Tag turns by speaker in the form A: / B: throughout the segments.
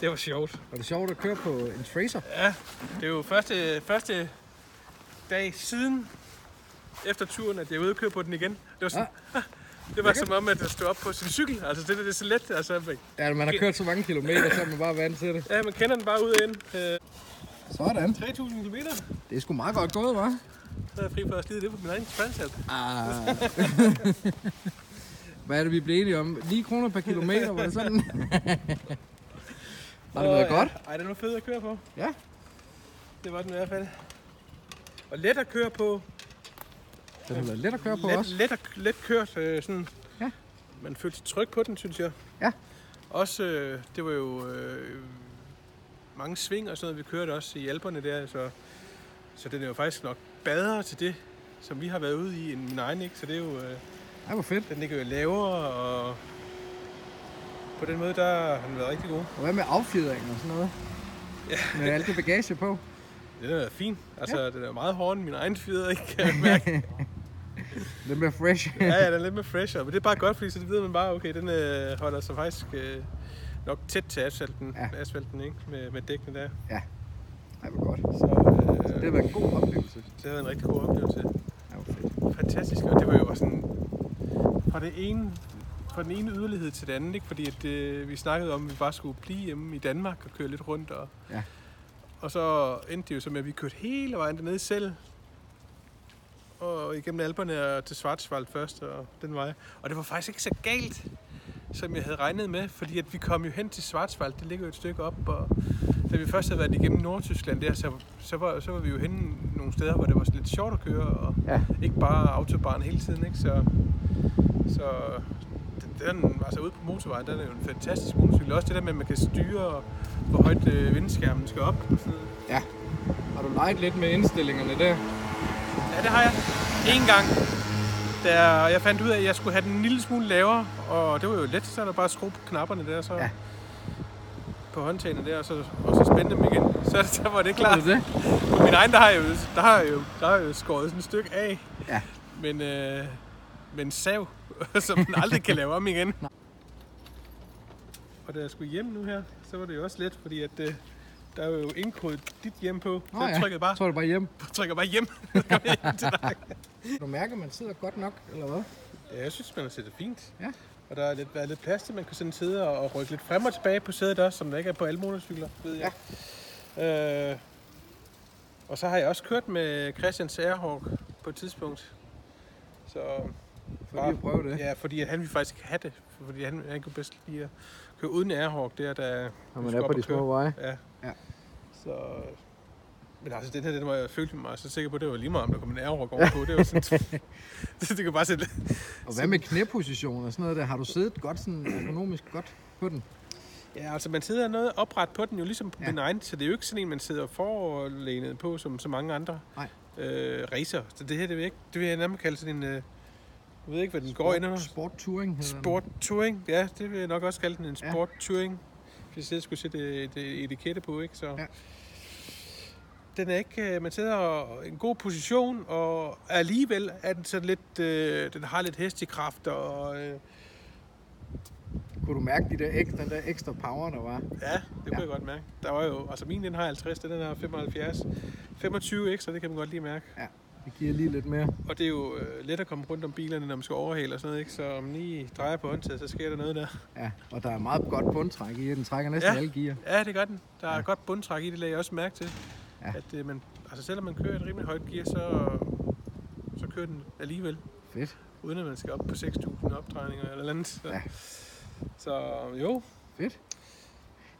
A: Det var sjovt.
B: Var det sjovt at køre på en Tracer?
A: Ja, det er jo første, første dag siden efter turen, at jeg er ude og køre på den igen. Det var, sådan, ah, det var
B: lækkert.
A: som om, at jeg stod op på sin cykel. Altså, det, der, det er så let. Altså, man-
B: Ja, man har kørt så mange kilometer, så er man bare vant til det.
A: ja, man kender den bare ud og ind. Øh,
B: Sådan.
A: 3.000 km.
B: Det er sgu meget godt gået, hva'?
A: Så er jeg fri for at slide det på min egen transalp.
B: Ah. Hvad er det, vi blev enige om? 9 kroner per kilometer, var det sådan? har det
A: Og,
B: været godt?
A: ja, Ej, den var fed at køre på.
B: Ja.
A: Det var den i hvert fald. Og let at køre på.
B: Det har været let at køre på
A: let,
B: også.
A: let, at, let kørt. Øh, sådan.
B: Ja.
A: Man følte sig tryg på den, synes jeg.
B: Ja.
A: Også, øh, det var jo øh, mange sving og sådan noget, vi kørte også i Alperne der, så, så den er jo faktisk nok bedre til det, som vi har været ude i, end min egen, ikke? Så det er jo, øh,
B: Ja, hvor fedt.
A: den ligger jo lavere, og på den måde, der har den været rigtig god.
B: Og hvad med affjedring og sådan noget? Ja. Med alt det bagage på.
A: Den er fin. Altså, ja. den er meget hårdere end min egen fjeder, ikke? Kan jeg mærke.
B: Den bliver fresh.
A: ja, ja, den er lidt mere fresher, men det er bare godt, fordi så ved man bare, okay, den øh, holder sig faktisk øh, nok tæt til asfalten,
B: Ja.
A: ja. asfalten ikke? Med, med dækkene der.
B: Ej, hvor godt.
A: Så øh,
B: Det har været en god oplevelse.
A: det var en rigtig god oplevelse.
B: Ja, hvor fedt.
A: Fantastisk, og det var jo bare sådan, fra, det ene, fra den ene yderlighed til den anden, ikke? fordi at, øh, vi snakkede om, at vi bare skulle blive hjemme i Danmark og køre lidt rundt. Og,
B: Ja.
A: og så endte det jo så med, at vi kørte hele vejen dernede selv, og igennem Alperne og til Schwarzwald først, og den vej. Og det var faktisk ikke så galt, som jeg havde regnet med, fordi at vi kom jo hen til Schwarzwald, det ligger jo et stykke op, og da vi først havde været igennem Nordtyskland der, så, så, var, så var vi jo henne nogle steder, hvor det var lidt sjovt at køre, og
B: Ja.
A: ikke bare autobahn hele tiden, ikke? Så, så den, altså ude på motorvejen, der er jo en fantastisk motorcykel. Også det der med, at man kan styre, hvor højt øh, vindskærmen skal op og sådan noget.
B: Ja. Har du leget lidt med indstillingerne der?
A: Ja, det har jeg. En gang, da jeg fandt ud af, at jeg skulle have den en lille smule lavere, og det var jo let, så er der bare at skrue på knapperne der, så
B: Ja.
A: ja. på håndtagene der, og så, og så spænde dem igen. Så, så var det
B: Har
A: klart.
B: du det?
A: På min egen, der har jeg jo, der har jeg jo, der har jeg jo skåret sådan et stykke af.
B: Ja.
A: Men, øh, men sav, som man aldrig kan lave om igen. Og da jeg skulle hjem nu her, så var det jo også let, fordi at, øh, der er jo indkodet dit hjem på. Så
B: Nå
A: jeg
B: ja.
A: trykkede bare,
B: Så er det bare hjem.
A: trykker bare hjem. Så kom jeg hjem til dig.
B: Du mærker, at man sidder godt nok, eller hvad?
A: Ja, jeg synes, man har siddet fint.
B: Ja.
A: Og der er lidt, været lidt plads til, man kan sådan sidde og, og rykke lidt frem og tilbage på sædet også, som der ikke er på alle motorcykler, ved jeg. Ja. Øh, og så har jeg også kørt med Christian Særhawk på et tidspunkt. Så,
B: For lige at prøve det.
A: ja, fordi at han ville faktisk ikke have det. Fordi han, han kunne bedst lide at køre uden Airhawk der, da
B: Når
A: vi
B: man
A: skulle
B: er
A: op
B: på
A: og
B: de
A: køre.
B: små veje.
A: Ja.
B: Ja.
A: Så... Men altså, den her, den var jeg følte mig så sikker på, det var lige meget, om der kom en ærgerok ovenpå. Det var sådan... det, det kan bare sætte...
B: Og hvad med knæposition og sådan noget der? Har du siddet godt sådan økonomisk godt på den?
A: Ja, altså, man sidder noget opret på den, jo ligesom på
B: Ja.
A: ja. min egen, så det er jo ikke sådan en, man sidder forlænet på, som så mange andre
B: Nej.
A: øh, racer. Så det her, det vil jeg, ikke, det vil jeg nærmere kalde sådan en... Øh, jeg ved ikke, hvad den går ind under.
B: Sport touring hedder den.
A: Sport touring, ja, det vil jeg nok også kalde den en
B: Ja.
A: sport touring. Hvis jeg skulle sætte øh, et, et etikette på, ikke? Så.
B: Ja.
A: Ja. Den er ikke, øh, man sidder i en god position, og alligevel er den sådan lidt, øh, den har lidt hestekraft, og øh,
B: Kunne du mærke de der ekstra, den der ekstra power, der var?
A: ja, det kunne
B: Ja.
A: jeg godt mærke. Der var jo, altså min den har 50, den har 75, 25 ekstra, det kan man godt lige mærke.
B: Det giver lige lidt mere.
A: Og det er jo øh, let at komme rundt om bilerne, når man skal overhale og sådan noget, ikke? Så om man lige drejer på håndtaget, så sker der noget der.
B: Ja, og der er meget godt bundtræk i, den trækker næsten
A: Ja.
B: ja. alle gear.
A: Ja, det gør den. Der er ja. godt bundtræk i det, lagde jeg også mærke til.
B: Ja.
A: Ja. At øh, man, altså selvom man kører et rimelig højt gear, så, så kører den alligevel,
B: Fedt.
A: uden at man skal op på 6.000 opdrejninger eller andet. Så,
B: Ja.
A: ja. så jo,
B: Fedt.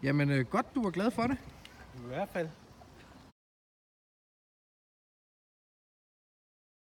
B: Jamen øh, godt, du var glad for det.
A: i hvert fald.